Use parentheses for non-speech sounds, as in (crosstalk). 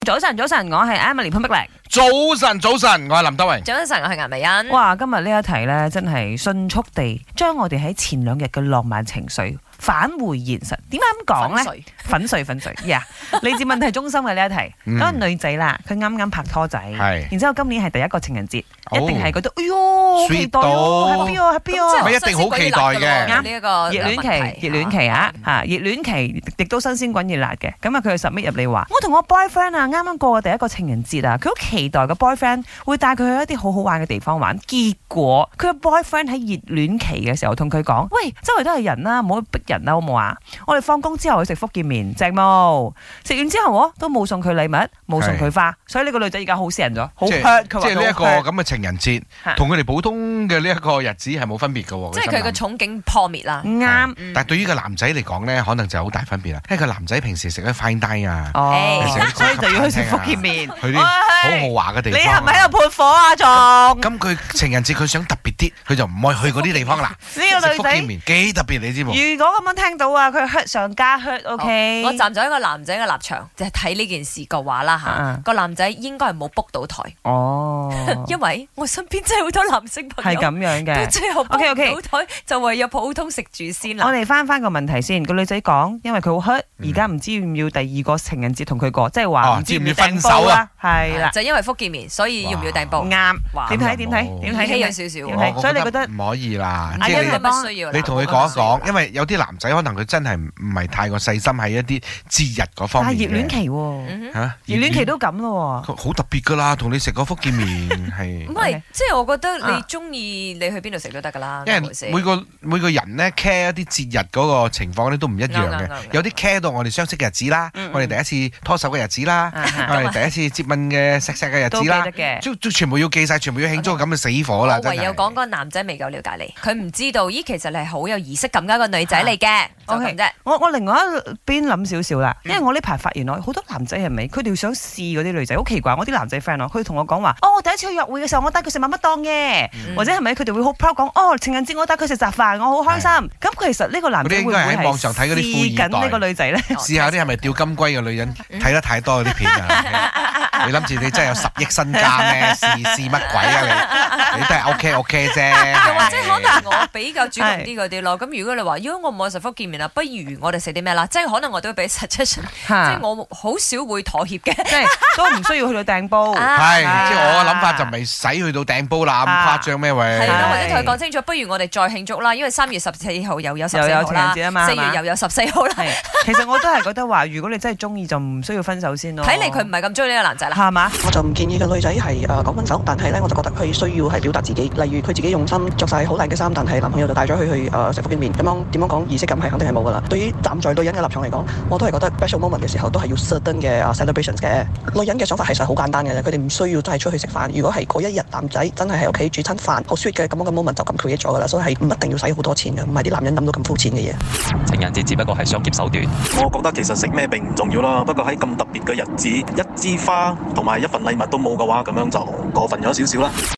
早晨，早晨，我係 Emily 潘碧玲。早晨，早晨，我係林德榮。早晨，我係顏美嗯欣。哇，今日呢一題呢，真係迅速地將我哋喺前兩日嘅浪漫情緒返回現實。點解咁講呢？水粉碎 (laughs) 粉碎呀！嚟自問題中心嘅呢一題，嗯嗰個女仔啦，佢啱啱拍拖仔，係然之後今年係第一個情人節，哦一定係覺得哎喲，好期待哦 Sweet 到，happy 哦，happy 哦係。咪一定好期待嘅啱呢一個熱戀期，熱戀期啊，嚇熱戀期亦都新鮮滾熱辣嘅。咁啊，佢 submit 入嚟嗯話：我同我 boyfriend 啊，啱啱過第一個情人節啊，佢好期待個 boyfriend 會帶佢去一啲好好玩嘅地方玩。結果佢個 boyfriend 喺熱戀期嘅時候同佢講：喂，周圍都係人啦、唔好逼人啦，好唔好啊？我哋放工之後去食福建麵，正冇。食完之後我都冇送佢禮物，冇送佢花，所以呢個女仔而家好死人咗，好即係 hurt 佢話即係呢一佢個好 hurt 咁嘅情人節嚇，同佢哋普通嘅呢一個日子係冇分別嘅喎。即係佢個嘅憧憬破滅哦啦。啱。嗯但係對於個男仔嚟講咧，可能就好大分別啦。因為個男仔平時食得 fine dine 啊，哦誒，所以就要去食福建麵。去啲喂好豪華嘅地你方。係咪喺度潑火啊？仲咁佢情人節佢想特別啲，佢就唔可以去嗰啲地方啦。 (laughs) 呢個食女福建仔，麵幾特別，你知冇？如果咁樣聽到啊，佢 hurt 上加 hurt，OK。我站咗一個男仔嘅立場，就係睇呢件事嘅話啦啊嚇，個男仔應該係冇 book 到台，哦， (laughs) 因為我身邊真係好多男性朋係友，咁樣到嘅。最後 book OK，OK 唔到台就唯有普通食住先我啦。啊哋翻翻個問題先，個女仔講，因為佢好 hurt，而家唔知要唔要第二個情人節同佢過，即係話哦唔知知唔知要訂分手啊煲啦，係啦，就因為福建面，所以要唔要訂報？啱。哇點咁睇？又點冇睇？點睇？欺點人睇？少少點。睇所以你覺得唔可以啦？阿即因欣係你你為幫乜需要啦你同佢講一講，因為有啲男仔可能佢真係唔唔係太過細心喺一啲節日嗰但方面係嘅。熱戀期喎，嗯哼嚇，熱戀期都咁咯喎。好特別噶啦，同你食個福建麵係，因為 OK 即係我覺得你啊中意你去邊度食都得㗎啦，係咪先因為每個每個人咧 care 一啲節日嗰個情況咧都唔一樣啱啱嘅啱，有啲 care 到我哋相識嘅日子啦嗯嗯，我哋第一次拖手嘅日子啦，啊 (laughs) 我哈哋第一次接吻嘅錫錫嘅日都子記啦得，嘅。都都全部要記晒，全部要慶祝咁嘅死火啦，我真唯有係。講個男仔未夠了解你，佢唔知道，咦，其實你係好有儀式感嘅一個女啊仔嚟嘅，就 OK 咁啫。我我另外一邊諗少少嗯啦，因為我呢排發現我好多男仔係咪佢哋想試嗰啲女仔，好奇怪。我啲男仔 friend 啊，佢同我講話，哦，我第一次去約會嘅時候，我帶佢食乜乜檔嘅，嗯或者係咪佢哋會好 proud 講，哦，情人節我帶佢食雜飯，我好開心。咁其實呢個男仔會唔會嗰啲應該係喺網上睇嗰啲富試二代緊呢個女仔咧？ (laughs) 哦 (laughs) 試下啲係咪釣金龜嘅女人睇得太多嗰啲片啊！你諗住你真係有十億身家咩？試試乜鬼啊你？你都係 OK OK 啫。或者可能我比較主動啲嗰啲咯，咁如果你話，如果我冇食福建麵啊啦，不如我哋食啲咩啦？即係可能我都會 (laughs) 俾 suggestion，即係嚇我好少會妥協嘅。即係都唔需要去到掟煲。啊係，啊即係我嘅諗法就未使去到掟煲啦，啊咁誇張咩係喂？咯，或者同佢講清楚，不如我哋再慶祝啦，因為三月十四號又有十又四有號情人啦，節啊嘛四係嘛月又有十四號啦，係，其實我都係覺得話，如果你真係中意，就唔需要分手先咯。睇嚟佢唔係咁中意呢個男仔啦。係嘛？我就唔建議個女仔係誒啊講分手，但係咧我就覺得佢需要係表達自己，例如佢自己用心着晒好靚嘅衫，但係男朋友就帶咗佢去誒食福建麵，咁樣點樣講儀式感係肯定係冇噶啦。對於站在女人嘅立場嚟講，我都係覺得 special moment 嘅時候都係要 certain 嘅啊 celebrations 嘅。女人嘅想法其實好簡單嘅啫，佢哋唔需要真係出去食飯。如果係嗰一日男仔真係喺屋企煮餐飯，好 sweet 嘅咁樣嘅 moment 就咁 create 咗噶啦，所以係唔一定要使好多錢嘅，唔係啲男人諗到咁膚淺嘅嘢。情人節只不過係商業手段。我覺得其實食咩並唔重要啦，不過喺咁特別嘅日子，一枝花同埋一份禮物都冇嘅話，咁樣就過分咗少少啦。